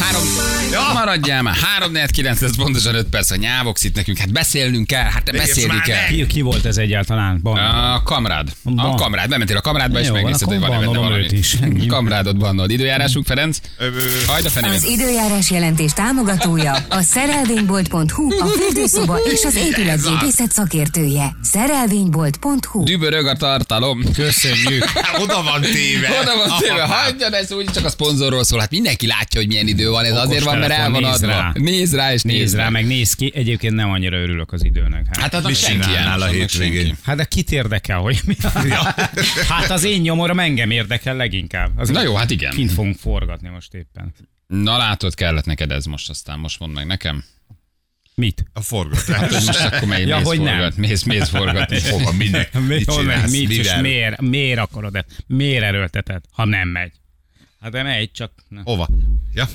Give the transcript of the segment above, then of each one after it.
Három... Ja. Maradjál már. 3 4 9, ez pontosan 5 perc. A nyávoksz itt nekünk. Hát beszélnünk kell, hát beszélni már kell. meg! Ki, ki volt ez egyáltalán? Ban. A kamrád. A Ban. kamrád. Bementél a kamrádba, és Jó, megnézted, hogy van, van-e akkor benne bannolom valami. őt is. Kamrádot bannod. Időjárásunk, Ferenc? Hajd a fenébe. Az időjárás jelentés támogatója a szerelvénybolt.hu, a fürdőszoba és az épületgépészet szakértője. Szerelvénybolt.hu Dübörög a tartalom. Köszönjük. Oda van téve. Oda van téve, Aha. hagyjon ez úgy, csak a szponzorról szól. Hát mindenki látja, hogy milyen idő van. Ez azért van, mert el telefon, van nézd adva. rá. Néz rá, és Nézd rá, meg néz ki. Egyébként nem annyira örülök az időnek. Hát, Hát az Mit senki csinálnál a annak hétvégén? senki. hát de kit érdekel, hogy mi? Hát az én nyomorom engem érdekel leginkább. Az Na jó, hát igen. Kint fogunk forgatni most éppen. Na látod, kellett neked ez most, aztán most mondd meg nekem. Mit? A forgatás. Hát, hogy most akkor még Ja, mész hogy nem. forgat, mész, mész forgatni. Hova, minek? Mit Hol megy, csinálsz? mit, és Mivel? miért, miért akarod ezt? Miért erőlteted, ha nem megy? Hát de megy, csak... na. Hova? Ja.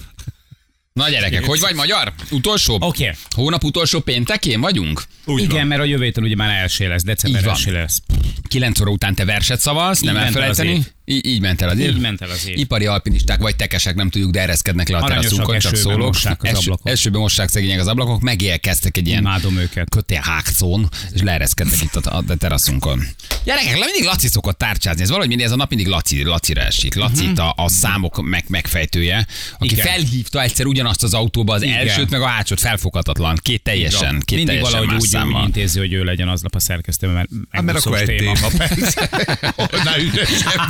Na gyerekek, hogy vagy magyar? Utolsó? Oké. Hónap utolsó péntekén vagyunk? Úgy Igen, van. mert a jövő héten ugye már első lesz, december Így van. első lesz. 9 óra után te verset szavalsz, nem Így ment el elfelejteni. az év. Így, így ment el az év. Így ment el az év. Ipari alpinisták vagy tekesek, nem tudjuk, de ereszkednek le a Aranyosak teraszunkon, csak esőben szólok. mossák az ablakok. esőben mossák szegények az ablakok, megélkeztek egy ilyen Imádom őket. kötélhágszón, és leereszkednek itt a, a teraszunkon. Gyerekek, le mindig Laci szokott tárcsázni, ez valahogy mindig ez a nap mindig Laci, Lacira esik. Laci uh-huh. a, a számok meg, megfejtője, aki Igen. Mhm. Igen. felhívta egyszer ugyanazt az autóba az Igen. Igen. elsőt, meg a hátsót felfoghatatlan, két teljesen, két Mindig teljesen valahogy más úgy, úgy számmal. intézi, hogy ő legyen aznap a szerkesztő, mert Hát, mert megúszós akkor egy téma. téma. persze. Na, ügyesebb.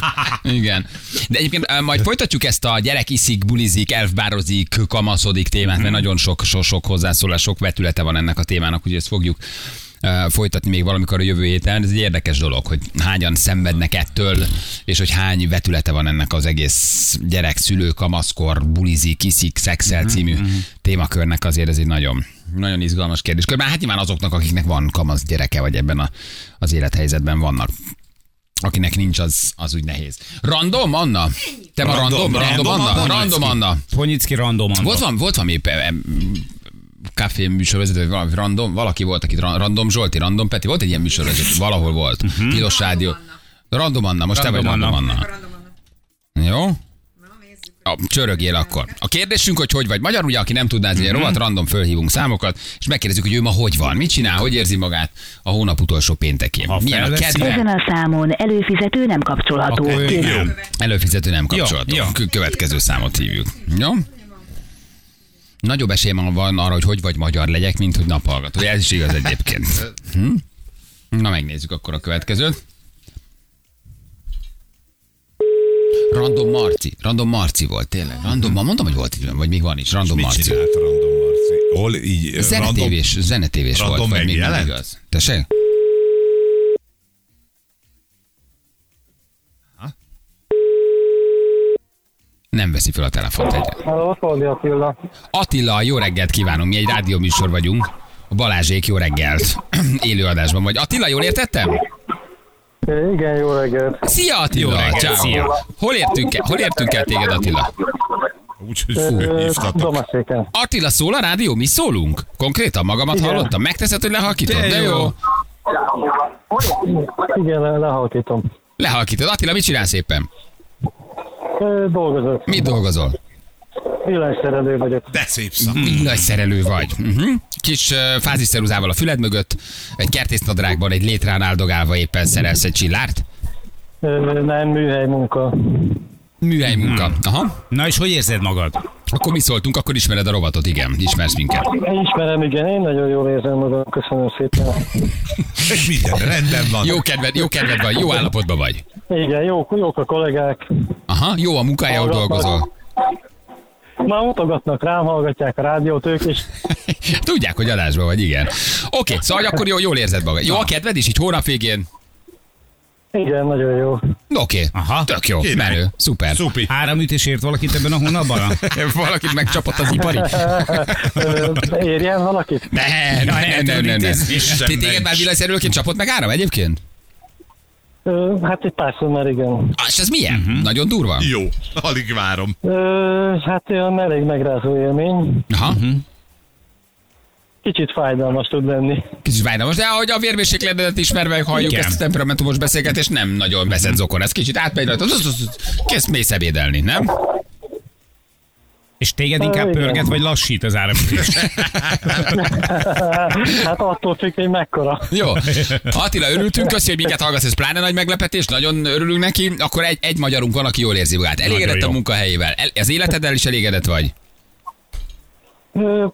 Igen. De egyébként eh, majd folytatjuk ezt a gyerek iszik, bulizik, elfbározik, kamaszodik témát, mert nagyon sok, sok, sok hozzászólás, sok vetülete van ennek a témának, úgyhogy ezt fogjuk eh, folytatni még valamikor a jövő héten. Ez egy érdekes dolog, hogy hányan szenvednek ettől, és hogy hány vetülete van ennek az egész gyerek, szülő, kamaszkor, bulizik, iszik, szexel című témakörnek azért ez egy nagyon nagyon izgalmas kérdés. Körben hát nyilván azoknak, akiknek van kamasz gyereke, vagy ebben a, az élethelyzetben vannak akinek nincs, az, az úgy nehéz. Random, Anna? Te ma random, Random, random, random, Anna? Anna, Random, Anna. Anna. Ponyicki random Anna. Volt van, volt van épp em, kávé műsorvezető, vagy valami random, valaki volt, akit ra- random Zsolti, random Peti, volt egy ilyen műsorvezető, valahol volt. Tilos Rádió. Random Anna, most te vagy Random random Anna. Random Anna. Jó? Na, nézzük. A, csörögél akkor. A kérdésünk, hogy hogy vagy magyar, ugye, aki nem tudná, ez egy rovat, random fölhívunk számokat, és megkérdezzük, hogy ő ma hogy van, mit csinál, hogy érzi magát a hónap utolsó péntekén. Ha Milyen a felveszi- kedve? Ezen a számon előfizető nem kapcsolható. Akkor ő- Kérem, jó. Előfizető nem kapcsolatú. Jó, jó. Kö- Következő számot hívjuk. Jó? Nagyobb esélyem van arra, hogy hogy vagy magyar legyek, mint hogy naphallgató. Ez is igaz egyébként. Hm? Na megnézzük akkor a következőt. Random Marci. Random Marci volt, tényleg. Random, ma mondtam, hogy volt így, vagy még van is. Random Mit Marci. csinált a Random Marci? Hol így? random- Zenetévés, zenetévés volt, random vagy még nem megjelent? igaz. Tessék? Nem veszi fel a telefont egyre. Halló, Szoldi Attila. Attila, jó reggelt kívánunk, mi egy rádióműsor vagyunk. A Balázsék jó reggelt. Élőadásban vagy. Attila, jól értettem? É, Igen, jó reggelt. Szia Attila! Jó reggelt, Ciao. szia. Hol, értünk el, hol értünk el téged Attila? Úgyhogy Ö, hívtatok. Domaséken. Attila, szól a rádió? Mi szólunk? Konkrétan magamat Igen. hallottam? Megteszed, hogy lehalkítod? De De jó. jó. Igen, le- lehalkítom. Lehalkítod. Attila, mit csinálsz éppen? Ö, Dolgozok. Mit dolgozol? Villanyszerelő vagyok. De szép szám. Mm. Villanyszerelő vagy. Uh-huh. Kis uh, fáziszeruzával a füled mögött, egy kertésznadrágban, egy létrán áldogálva éppen szerelsz egy csillárt. Ö, Nem műhely munka. Műhely munka. Aha. Mm. Na és hogy érzed magad? Akkor mi szóltunk, akkor ismered a rovatot, igen. Ismersz minket. Én Ismerem, igen, én nagyon jól érzem magam. Köszönöm szépen. És minden rendben van. Jó kedved, jó kedved van, jó állapotban vagy. Igen, jók, jók a kollégák. Aha, jó a munkája, ahol dolgozol. Már mutogatnak rám, hallgatják a rádiót ők is. Tudják, hogy adásban vagy, igen. Oké, szóval akkor jó, jól érzed magad. Jó a kedved is, így hónap végén? Igen, nagyon jó. Oké, Aha. tök jó, Király. menő, szuper. Szupi. Három ütésért valakit ebben a hónapban? Valakit megcsapott az ipari? Ö, Érjen valakit? Ne, ne, ne, ne, ne. ne. Isten Ti téged ments. már villanyszerelőként csapott meg áram egyébként? Ö, Hát egy párszor már igen. Ah, és ez milyen? Mhm. Nagyon durva. Jó. Alig várom. Ö, Hát olyan elég megrázó élmény. Aha, Kicsit fájdalmas tud lenni. kicsit fájdalmas, de ahogy a vérmérsékletedet ismerve halljuk Igen. Mhm. ezt a temperamentumos beszélgetést, nem nagyon veszed zokon. Ez kicsit átmegy rajta, kész mész ebédelni, nem? És téged inkább igen. pörget, vagy lassít az áramütés? hát attól függ, hogy mekkora. Jó. Attila, örültünk, köszi, hogy minket hallgatsz, ez pláne nagy meglepetés, nagyon örülünk neki. Akkor egy, egy magyarunk van, aki jól érzi magát. Elégedett Nagyon a jó. munkahelyével. El, az életeddel is elégedett vagy? Ö,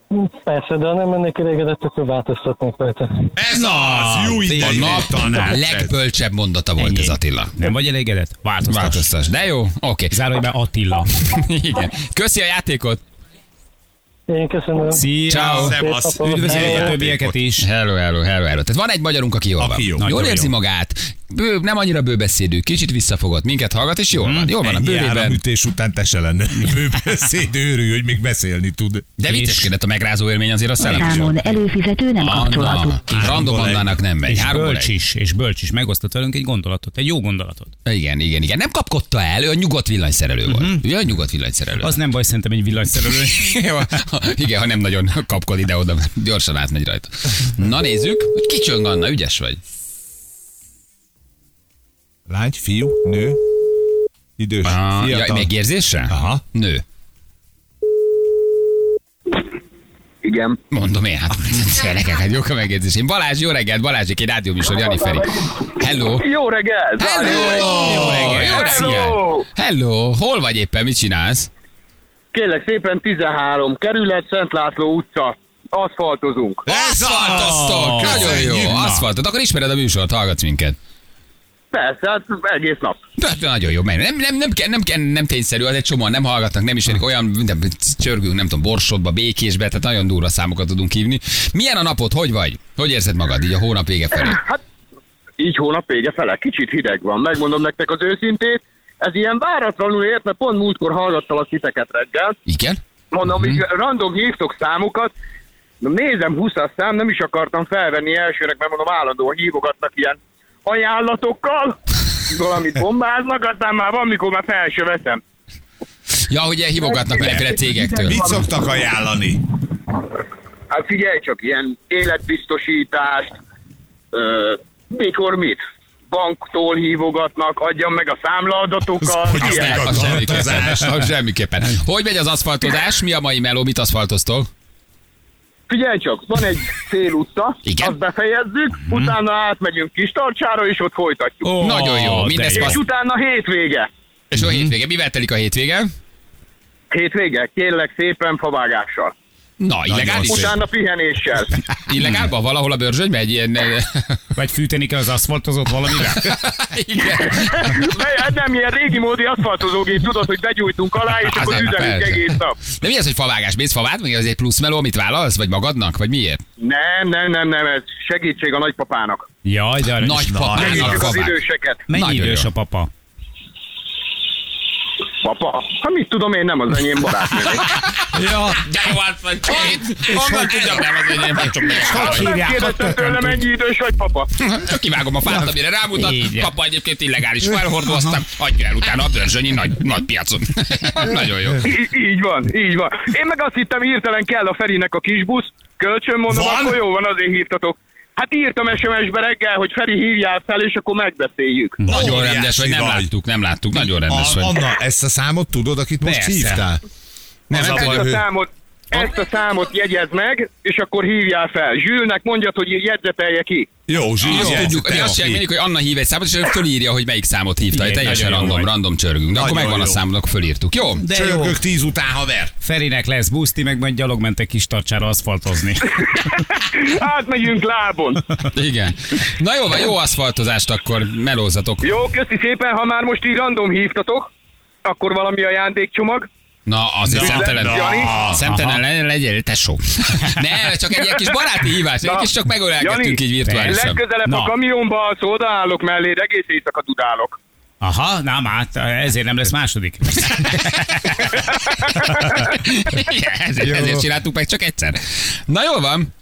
Persze, de ha nem ennek elégedett, akkor változtatnék rajta. Ez az, jó A idei nap tanács. legbölcsebb mondata volt Ennyi. ez Attila. Nem vagy elégedett? Változtat. Változtas. De jó? Oké. Zárójában Attila. Igen. Köszi a játékot. Én köszönöm. Szia! Ciao. Szevasz. Üdvözöljük a Hello. többieket is. Hello, hello, hello, hello. Tehát van egy magyarunk, aki jól Aki van. jó. Jól Nagyon érzi jó. magát, bő, nem annyira bőbeszédű, kicsit visszafogott, minket hallgat, és jól Mm-hmm. van. Jól van a Ennyi bőrében. áramütés után te se lenne bőbeszéd őrű, hogy még beszélni tud. De vicceskedett a megrázó élmény azért a szellem. Számon előfizető nem kapcsolható. Anna, random Háromból egy. Annának nem megy. És Háromból bölcs egy. is, és bölcs is megosztott velünk egy gondolatot, egy jó gondolatot. Igen, igen, igen. Nem kapkodta el, ő a nyugodt villanyszerelő volt. Mhm. Ő a nyugodt villanyszerelő. Az nem baj, szerintem egy villanyszerelő. Jó, ha- igen, ha nem nagyon kapkod ide-oda, mert gyorsan átmegy rajta. Na nézzük, hogy kicsöng Anna, ügyes vagy. Lány, fiú, nő, idős, Ah, ja, fiatal. megérzésre? Aha. Nő. Igen. Mondom én, hát gyerekek, hát jók a megérzés. Én Balázs, jó reggelt, Balázsik, egy rádióműsor, Jani Feri. Hello. Jó reggelt! Hello! Jó reggelt! Hello! Hello! Hol vagy éppen, mit csinálsz? Kérlek szépen 13 kerület, Szent László utca. Aszfaltozunk. Aszfaltoztok! Nagyon jó, köszönjük, na. aszfaltot. Akkor ismered a műsort, hallgatsz minket. Persze, hát egész nap. De- de Nagyon jó, mert nem, nem, nem, kell- nem, kell- nem tényszerű, az egy csomóan nem hallgatnak, nem is olyan, minden csörgünk, nem tudom, borsodba, békésbe, tehát nagyon durva számokat tudunk hívni. Milyen a napod, hogy vagy? Hogy érzed magad így a hónap vége felé? Hát így hónap vége fele, kicsit hideg van. Megmondom nektek az őszintét. Ez ilyen váratlanul ért, mert pont múltkor hallgattalak titeket reggel. Igen? Mondom, így random hívtok számokat. Na, Nézem 20 szám, nem is akartam felvenni elsőnek, mert mondom állandóan hívogatnak ilyen ajánlatokkal. Valamit bombáznak, aztán már van, mikor már fel se veszem. Ja, hogy ilyen hívogatnak mindenféle cégektől. Mit szoktak ajánlani? Hát figyelj csak, ilyen életbiztosítást, ö, mikor mit? Banktól hívogatnak, adjam meg a számlaadatokat. Hogy azt ilyen. meg Az semmiképpen. akartozás. Az semmiképpen. Hogy megy az aszfaltozás? Mi a mai meló? Mit aszfaltoztok? Figyelj csak, van egy félutca, Igen. Mhm. azt befejezzük, utána átmegyünk Kistarcsára, és ott folytatjuk. Ó, Nagyon jó, de mindez jó. passz- És utána hétvége. És a hétvége, mivel telik a hétvége? Hétvége, kérlek szépen favágással. Na, illegális? szép. Utána pihenéssel. Illegálban valahol a bőrzsöny megy ilyen... Vagy fűteni kell az aszfaltozott valamivel? Igen. Mert hát nem ilyen régi módi aszfaltozógép, tudod, hogy begyújtunk alá, és akkor Hát, Az- üzenünk persze. egész nap. De mi az, hogy favágás? Mész favát? Még az egy plusz meló, amit vállalsz? Vagy magadnak? Vagy miért? Nem, nem, nem, nem, ez segítség a nagypapának. Jaj, de arra is- Nagypapának Segítsük az favák. időseket. Mennyi Nagyon idős jó. a papa? Papa, ha mit tudom én, nem az enyém barátnő. Ja, De jó, hát vagy Honnan tudjam, nem az enyém, nem csak hogy meg. Nem hívják? Ott kérdeztem tököm tőlem, tud. mennyi idős vagy, papa? Csak kivágom a fát, amire rámutat. Így. Papa egyébként illegális felhordoztam. Adja el utána a bőrzsönyi nagy, nagy piacon. Nagyon jó. Í- így van, így van. Én meg azt hittem, hirtelen kell a Ferinek a kis busz. Kölcsön mondom, Van? akkor jó van, azért hívtatok. Hát írtam SMS-be reggel, hogy Feri hívjál fel, és akkor megbeszéljük. Nagyon Óriási rendes vagy, nem vagy. láttuk, nem láttuk. Nagyon rendes A, vagy. Anna, ezt a számot tudod, akit most Persze. hívtál? Nem, nem Ezt Hát a számot, ezt a számot jegyez meg, és akkor hívjál fel. Zsülnek mondjad, hogy jegyzetelje ki. Jó, zsír, Azt jegyzet tudjuk, mi el azt ki. csináljuk, hogy Anna hív egy számot, és ő fölírja, hogy melyik számot hívta. Igen, teljesen nagyon jó random, vagy. random csörgünk. De akkor Nagyon megvan a jó. számod, akkor fölírtuk. Jó? De jó. Csörgök tíz után, haver. Ferinek lesz buszti, meg majd gyalog mentek kis tartsára aszfaltozni. Átmegyünk lábon. Igen. Na jó, van, jó aszfaltozást akkor melózatok. Jó, köszi szépen, ha már most így random hívtatok, akkor valami ajándékcsomag. Na, azért Na, szemtelen. Jani? Ah, Szemtelen le- legyél, tesó. Ne, csak egy ilyen kis baráti hívás, egy Na, kis csak megölelkedtünk Jani, így virtuálisan. Legközelebb Na. a kamionba alsz, odaállok melléd, egész éjszaka dudálok. Aha, na hát ezért nem lesz második. Igen, ezért, ezért csináltuk meg csak egyszer. Na jó van.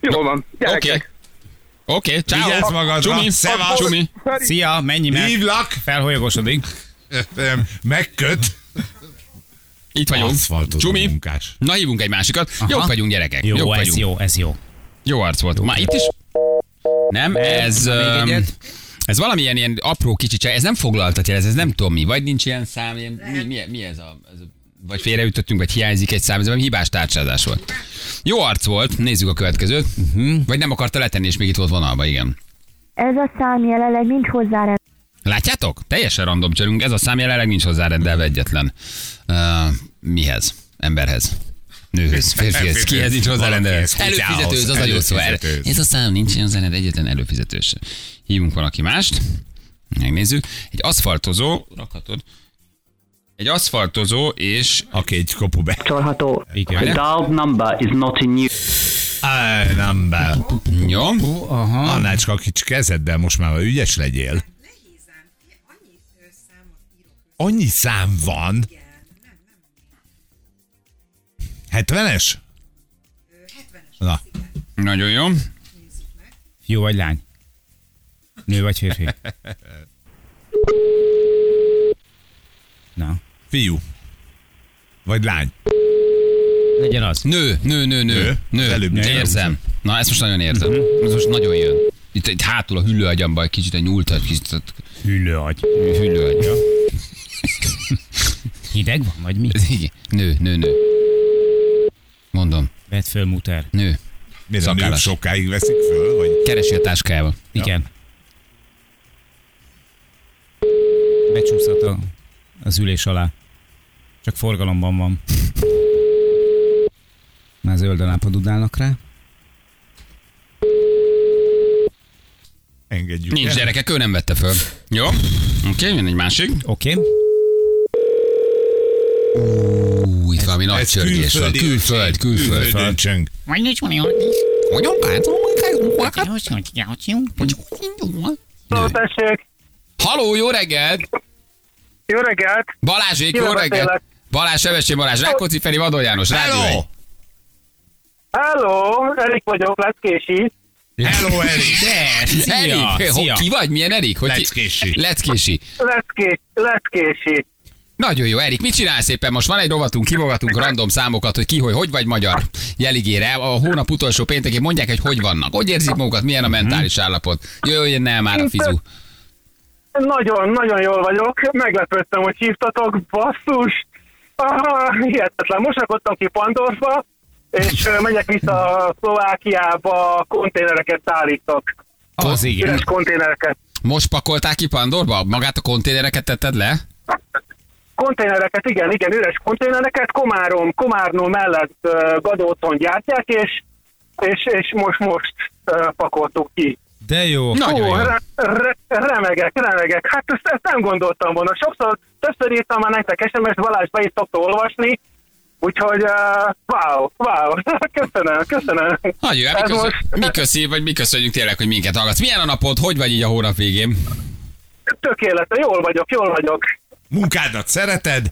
Jó van, Oké. gyerekek. Oké, okay, Vigyázz ciao. magadra. Csumi. Szevasz. Csumi. Feri, Szia, mennyi meg? Hívlak, Felholyogosodik. Öm, megköt. Itt vagyunk. Aszfaltozó Csumi. munkás. Na, hívunk egy másikat. Aha. Jók vagyunk, gyerekek. Jó, Jók ez vagyunk. jó, ez jó. Jó arc volt. Már itt is? Nem, ez... na, még öm, egyet. Ez valamilyen ilyen apró kicsi csaj, ez nem foglaltat jel, ez, ez nem tudom mi, vagy nincs ilyen szám, ilyen, mi, mi, mi ez a... Ez a vagy félreütöttünk, vagy hiányzik egy szám, ez valami hibás tárcsázás volt. Jó arc volt, nézzük a következőt. Uh-huh. Vagy nem akarta letenni, és még itt volt vonalba, igen. Ez a szám jelenleg nincs hozzá Látjátok? Teljesen random cserünk, ez a szám jelenleg nincs hozzárendelve egyetlen. Uh, mihez? Emberhez. Nőhöz, férfihez, Férfihez. kihez nincs hozzárendelve. Valakihez, kutyához. Előfizetőz, az a jó szó. El- Előfizetőz. Ez a szám nincs hozzárendelve egyetlen előfizetős. Hívunk valaki mást. Megnézzük. Egy aszfaltozó, rakhatod. Egy aszfaltozó és Aki egy kopu be. kapcsolható. Várjál. The dialed number is not in use. Á, nem be. Jó. Aha. Annácska, kicsi kezeddel most már ügyes legyél. Annyi szám van. 70-es? Na, Nagyon jó. Jó vagy lány? Nő vagy férfi? Na, fiú. Vagy lány. legyen az. Nő, nő, nő, nő. Nő? Nő. Az előbb, nő. az előbb. Érzem. Na, ezt most nagyon érzem. Ez most nagyon jön. Itt, itt hátul a hüllőagyamban egy kicsit a nyúlt, egy kicsit a Hüllőagy. hüllőagy. Hideg van, vagy mi? Igen. Nő, nő, nő. Mondom, Vedd föl, muter. nő. Miért a Szakállas. nők sokáig veszik föl? Vagy Keresi a táskájába. Igen. Becsúszhat a, az ülés alá. Csak forgalomban van. Már zöld alápad událnak rá. engedjük Nincs gyerekek, ő nem vette föl. Jó? Oké, okay, jön egy másik. Oké. Okay. Ú, itt valami nagy Ez csörgés van. külföldi Külföld, külföld. Külföldön csöng. Hogyan bántom? hát. Jó, tessék! Halló, jó reggelt! Jó reggelt! Balázsék, jó Kivel reggelt! beszélek? Balázs, Sebestyén Balázs, Rákóczi Feri, Vadon János, Rádió egy. Hello! Hello, Erik vagyok, lesz kési. Hello, Eri! De, szia, Erik, szia. ho- ki vagy? Milyen Erik? Hogy ki- Leckési. Leckési. Lesz, ké- lesz kési. Nagyon jó, Erik, mit csinálsz éppen? Most van egy rovatunk, kivogatunk random számokat, hogy ki, hogy, hogy vagy magyar jeligére. A hónap utolsó péntekén mondják, hogy hogy vannak, hogy érzik magukat, milyen a Mhm. mentális állapot. Jöjjön el már a fizu. Nagyon, nagyon jól vagyok. Meglepődtem, hogy hívtatok. Basszus! Aha, hihetetlen. Mosakodtam ki Pandorfba, és ö, megyek vissza Szlovákiába, konténereket szállítok. Az igen. Üres konténereket. Most pakolták ki Pandorba? Magát a konténereket tetted le? Konténereket, igen, igen, üres konténereket. Komárom, Komárnó mellett ö, Gadóton gyártják, és, és, és most, most ö, pakoltuk ki. De jó. Nagyon Ó, jó. re- re- remegek, remegek. Hát ezt, ezt nem gondoltam volna. Sokszor, többször írtam már nektek SMS, Balázs be is szokta olvasni, úgyhogy uh, wow, wow, köszönöm, köszönöm. Nagyon jó, mi, Ez köszön, Hát most- mi köszi, vagy mi köszönjük tényleg, hogy minket hallgatsz. Milyen a napod? Hogy vagy így a hónap végén? Tökéletes, jól vagyok, jól vagyok. Munkádat szereted?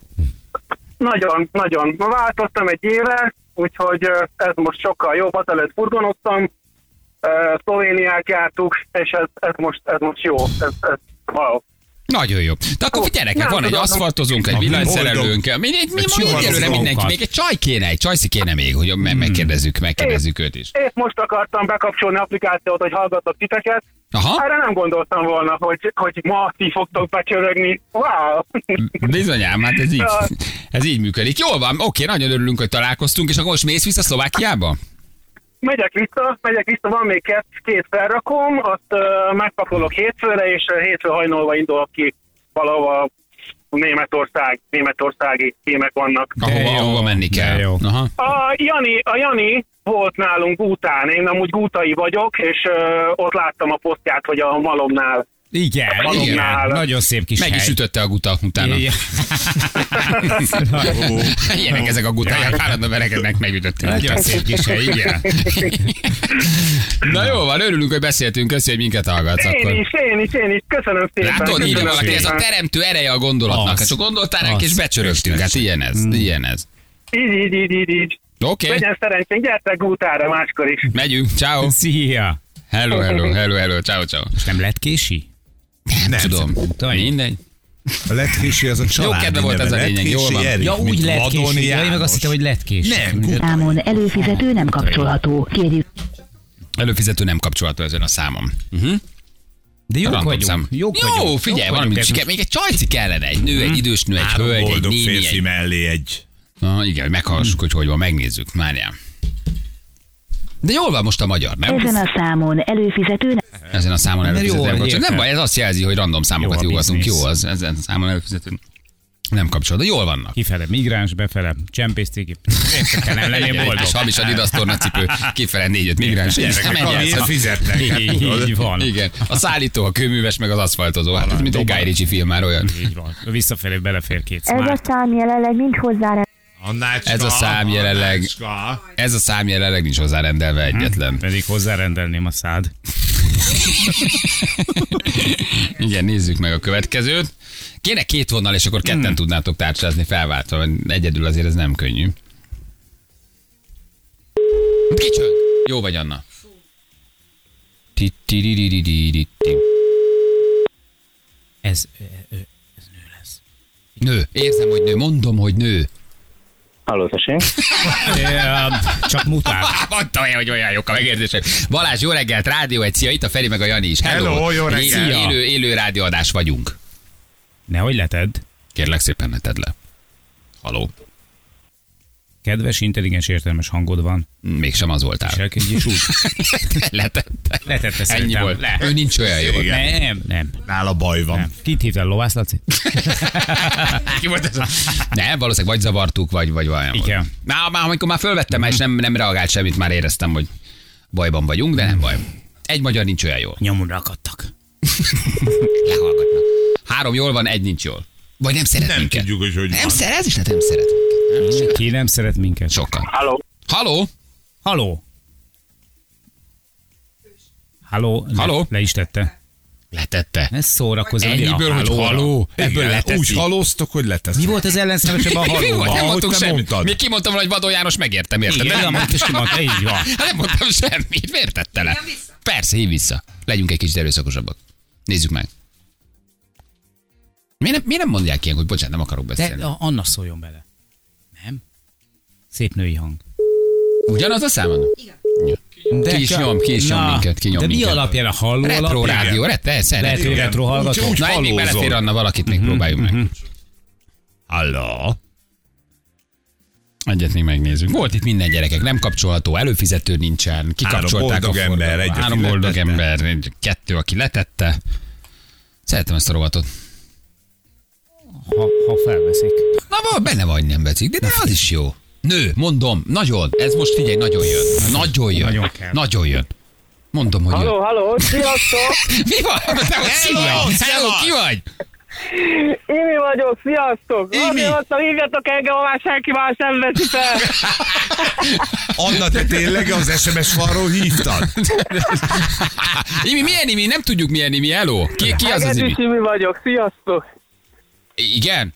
Nagyon, nagyon. Változtam egy éve, úgyhogy ö, ez most sokkal jobb. Azelőtt furgonoztam, ö, Szlovéniát jártuk, és ez, ez, most, ez most jó. Ez, ez, wow. Nagyon jó. De akkor Ó, gyerekek, nem van egy tudom. aszfaltozónk, egy Na, mi villanyszerelőnk, mi, mi, mi, mi, csivarozónkat. egyelőre mindenki, még egy csaj kéne, egy csajszi kéne még, hogy meg, Hmm. megkérdezzük, megkérdezzük őt is. Épp most akartam bekapcsolni applikációt, hogy hallgatok titeket, Aha. Erre nem gondoltam volna, hogy, hogy ma ti fogtok becsörögni. Wow! Mm. Bizonyám, hát ez így, Ja. ez így működik. Jól van, oké, nagyon örülünk, hogy találkoztunk, és akkor most mész vissza Szlovákiába? Megyek vissza, megyek vissza, van még két, két felrakom, azt uh, megpakolok hétfőre, és uh, hétfő hajnalva indulok ki valahova Németország, Németországi címek vannak. Ahova, jó. ahova menni De kell. jó. Aha. A Jani, a Jani volt nálunk után, én amúgy gútai vagyok, és uh, ott láttam a posztját, hogy a malomnál. Igen, igen. Valónál. Nagyon szép kis Meg is hely. ütötte a guta utána. Igen. Ilyenek ezek a guták, állandóan verekednek, megütötte. a Nagyon gutát. szép kis hely, igen. Na jó van, örülünk, hogy beszéltünk, köszi, hogy minket hallgatsz. Én Akkor. is, én is, én is, köszönöm szépen. Látod, így köszönöm valaki, ez a szépen. teremtő ereje a gondolatnak. Az. Hát csak gondoltál ránk, Az. Mm. és becsörögtünk. Hát ilyen ez, ilyen ez. Így, így, így, így, így. Oké, okay, Legyen szerencsénk, gyertek gútára máskor is. megyünk, ciao. Szia. Hello, hello, hello, hello, ciao, ciao. És nem lett kési? Nem. Tudom, Tudom. mindegy. A letkési az a családi kedve volt neve. ez a lényeg, Letkési jól van. Erik, Ja, úgy mint lett Vadon kési. Ja, én meg azt János. hittem, hogy lett kési. Nem, Számon előfizető nem kapcsolható. Kérjük Előfizető nem kapcsolható ezen a számon. Uh-huh. De jók Random vagyunk. szám. Jók Jó, vagyunk. figyelj, Jók valami vagyunk. Mhm. siker. Még egy csajci kellene, egy nő, egy idős nő, egy három hölgy, egy boldog néni, férfi egy mellé egy Na, igen, meghallgassuk, hogy hogy van, megnézzük. Várjál. De jól van most a magyar, nem? Ezen a számon előfizető nem- Ezen a számon Mert előfizető jól, nem kapcsol. értem. Nem baj, ez azt jelzi, hogy random számokat Jó a jógatunk. biznisz. Jó, az ezen a számon előfizető nem kapcsol, de jól vannak. Kifele migráns, befele csempészték. Értek kell, nem lennél boldog. És hamis Adidas tornacipő, kifele négy-öt migráns. Ezek Menj el, amiért szed- fizetnek. hát Így, tudod. így van. Igen, a szállító, a kőműves, meg az aszfaltozó. Hát ez mint egy Guy Ritchie film már olyan. Így van. Visszafelé belefér két Ez a smart. szám jelenleg nincs hozzárendezve. Annácska, Ez a szám jelenleg- Annácska. Ez a szám jelenleg nincs hozzárendelve Hm. egyetlen. Pedig hozzárendelném a szád. Igen, nézzük meg a következőt. Kéne két vonal, és akkor Hm. ketten tudnátok tárcsázni felváltva, mert egyedül azért ez nem könnyű. Kicsöng! Jó vagy, Anna. Ti-ti-ri-ri-ri-ri-ti. Ez, ö, ö, Nő, érzem, hogy nő, mondom, hogy nő. Halló, tessék? ö, csak mutál. Mondtam én, hogy olyan jók a megérzések. Balázs, jó reggelt, Rádió egy, szia, itt a Feri meg a Jani is. Hello, jó Egy reggelt. Élő, élő, élő rádióadás vagyunk. Nehogy leted. Kérlek szépen, ne tedd le. Haló. Kedves, intelligens, értelmes hangod van. Mégsem az voltál. Viselkedj és úgy. Letette. Letette Ennyi szerintem. volt. Le. Ő nincs olyan jó. Igen. Nem, nem, Nála baj van. nem. Kit hívtál, Lovász Laci? Ki volt ez a... Nem, valószínűleg vagy zavartuk, vagy, vagy valami. volt. Igen. Már, már amikor már fölvettem, és nem, nem reagált semmit, már éreztem, hogy bajban vagyunk, de nem baj. Egy magyar nincs olyan jól. Nyomon akadtak. Lehallgatnak. Három jól van, egy nincs jól. Vagy nem szeret Nem minket. tudjuk, hogy hogy Nem van. szeret, ez is lehet, nem szeret. Ki nem szeret minket? Sokan. Halló. Haló? Haló! Haló, le, Haló? le is tette. Letette. Ne szórakozz, Ennyiből, hogy haló. Ebből leteszi. Úgy halóztok, hogy Mi leteszi. volt az ellenszemesebb a Mi volt? halóban? Nem ahogy mondtunk te semmit. mondtad. Még kimondtam, hogy Vadó János megértem, érted? Igen, Nem- mondta, és kimondta, így van. Hát Nem mondtam semmit, miért tette le? Persze, hív vissza. Legyünk egy kicsit erőszakosabbak. Nézzük meg. Miért nem, miért nem mondják ilyen, hogy bocsánat, nem akarok De beszélni? a- Anna szóljon bele. Nem? Szép női hang. Ugyanaz a számon? De Ki is nyom, ki is nyom minket, ki nyom De mi minket. alapján a halló Retro alapján? rádió, retro, Lehet, hogy szerető. retro hallgató. Úgy- úgy- Na, egy még halózol. belefér Anna valakit, még próbáljuk meg. Halló. Egyet még megnézzük. Volt itt minden gyerekek, nem kapcsolható, előfizető nincsen, kikapcsolták boldog a forgalmat. ember, egyet Három ki boldog letette. ember, egy- kettő, aki letette. Szeretem ezt a rovatot. Ha, ha felveszik. Na, van, benne vagy, nem becik, de, de az is jó. Nő, mondom, nagyon. Ez most figyelj, nagyon jön. Nagyon jön. Nagyon kell. Nagyon jön. Mondom, hogy jön. Halló, halló, sziasztok! Mi van? Te hogy ki vagy? Hello, ki vagy? Imi vagyok, sziasztok! Imi. Imi! Hívjatok engem, ha már senki más nem veszi fel! Anna, te tényleg az SMS falról hívtad? Imi, milyen Imi? Nem tudjuk milyen Imi. Hello. Ki, ki az az Imi? Egedűs Imi vagyok, sziasztok! Igen?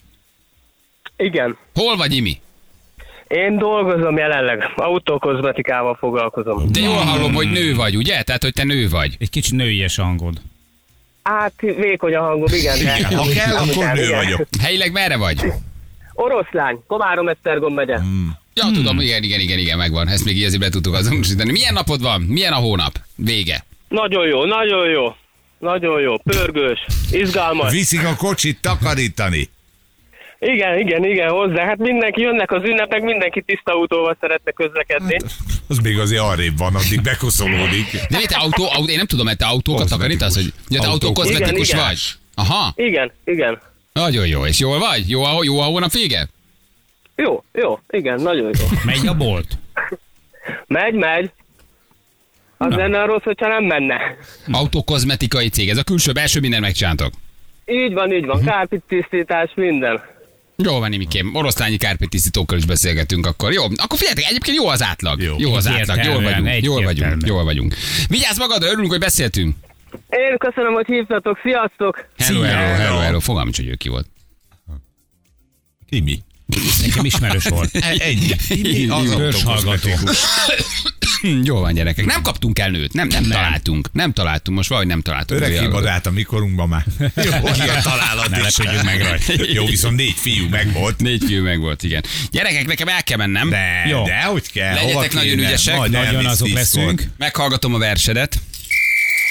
Igen. Hol vagy Imi? Én dolgozom jelenleg, autókozmetikával foglalkozom. De jól hallom, hogy nő vagy, ugye? Tehát, hogy te nő vagy. Egy kicsit nőies hangod. Hát vékony a hangom, igen. de- Igen, ha kell, akkor Igen. nő vagyok. Helyileg merre vagy? Oroszlány, Komárom Esztergom megye. Ja, tudom, igen, igen, igen, igen, megvan. Ezt még így azért be tudtuk azonosítani. Milyen napod van? Milyen a hónap? Vége. Nagyon jó, nagyon jó. Nagyon jó, pörgős, izgalmas. Viszik a kocsit takarítani. Igen, igen, igen, hozzá. Hát mindenki, jönnek az ünnepek, mindenki tiszta autóval szeretne közlekedni. Az még azért arrébb van, addig bekoszolódik. De mi te autó, autó, én nem tudom, mert te autókat Kozmetikus. takarítasz, hogy ja, te Autó- autókozmetikus Igen, igen. vagy? Aha, Igen, igen. nagyon jó, és jól vagy? Jó a, jó a hónap vége? Jó, jó, igen, nagyon jó. Megy a bolt. Megy, megy. Az lenne a rossz, hogyha nem menne. Autókozmetikai cég, ez a külső, belső, minden megcsináltok. Így van, így van, kárpit tisztítás, minden. Jó van, Imikém, oroszlányi kárpétisztítókkal is beszélgetünk akkor. Jó, akkor figyeljetek, egyébként jó az átlag. Jó, Jó. jó az átlag, jól Egyértelműen, vagyunk, jól vagyunk, egyértelműen. jól vagyunk. Vigyázz magadra, örülünk, hogy beszéltünk. Én köszönöm, hogy hívtatok, sziasztok! Hello, Szia. hello, hello, hello. Fogalmam, sincs, hogy ő ki volt. Imi. Nekem ismerős volt. Ennyi. Imi Imi, az Ős hallgató. autokozmetikus. Hm, Jó van, gyerekek. Nem kaptunk el nőt, nem, nem, találtunk. Nem találtunk, most valahogy nem találtunk. Öreg Ugye, hibad át a mikorunkban már. Jó, ilyen találat ne lepődjünk meg rajta. Jó, viszont négy fiú meg volt. Négy fiú meg volt, igen. Gyerekek, nekem el kell mennem. De, Jó. de hogy kell. Legyetek hova nagyon kéne? ügyesek, Majd Nagyon elvisz azok diszkot. leszünk. Meghallgatom a versedet.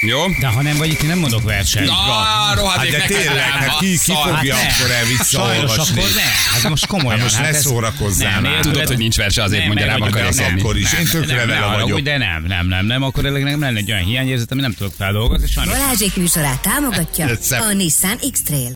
Jó? Ah, De ha nem vagy itt, én nem mondok versenyt. Na, Hát rohadék de neked, tényleg, drága hát ki, ki szar. fogja ne. akkor Sajnos elvicsalolvasni? akkor ne. Hát most komolyan. Hát most hát ne ez- szórakozzál Nem, már. érted? Tudod, hogy nincs verse, azért Nem, mondja, nem nem vagyok akarsz benne. akkor. akkor is. Én tökre nem, vele ne haragudj, vagyok. De nem, nem, nem, nem, akkor ennek nem lenne egy olyan hiányérzet, ami nem tudok feldolgozni, sajnos. Balázsék műsorát támogatja Ez szép. a Nissan X-Trail.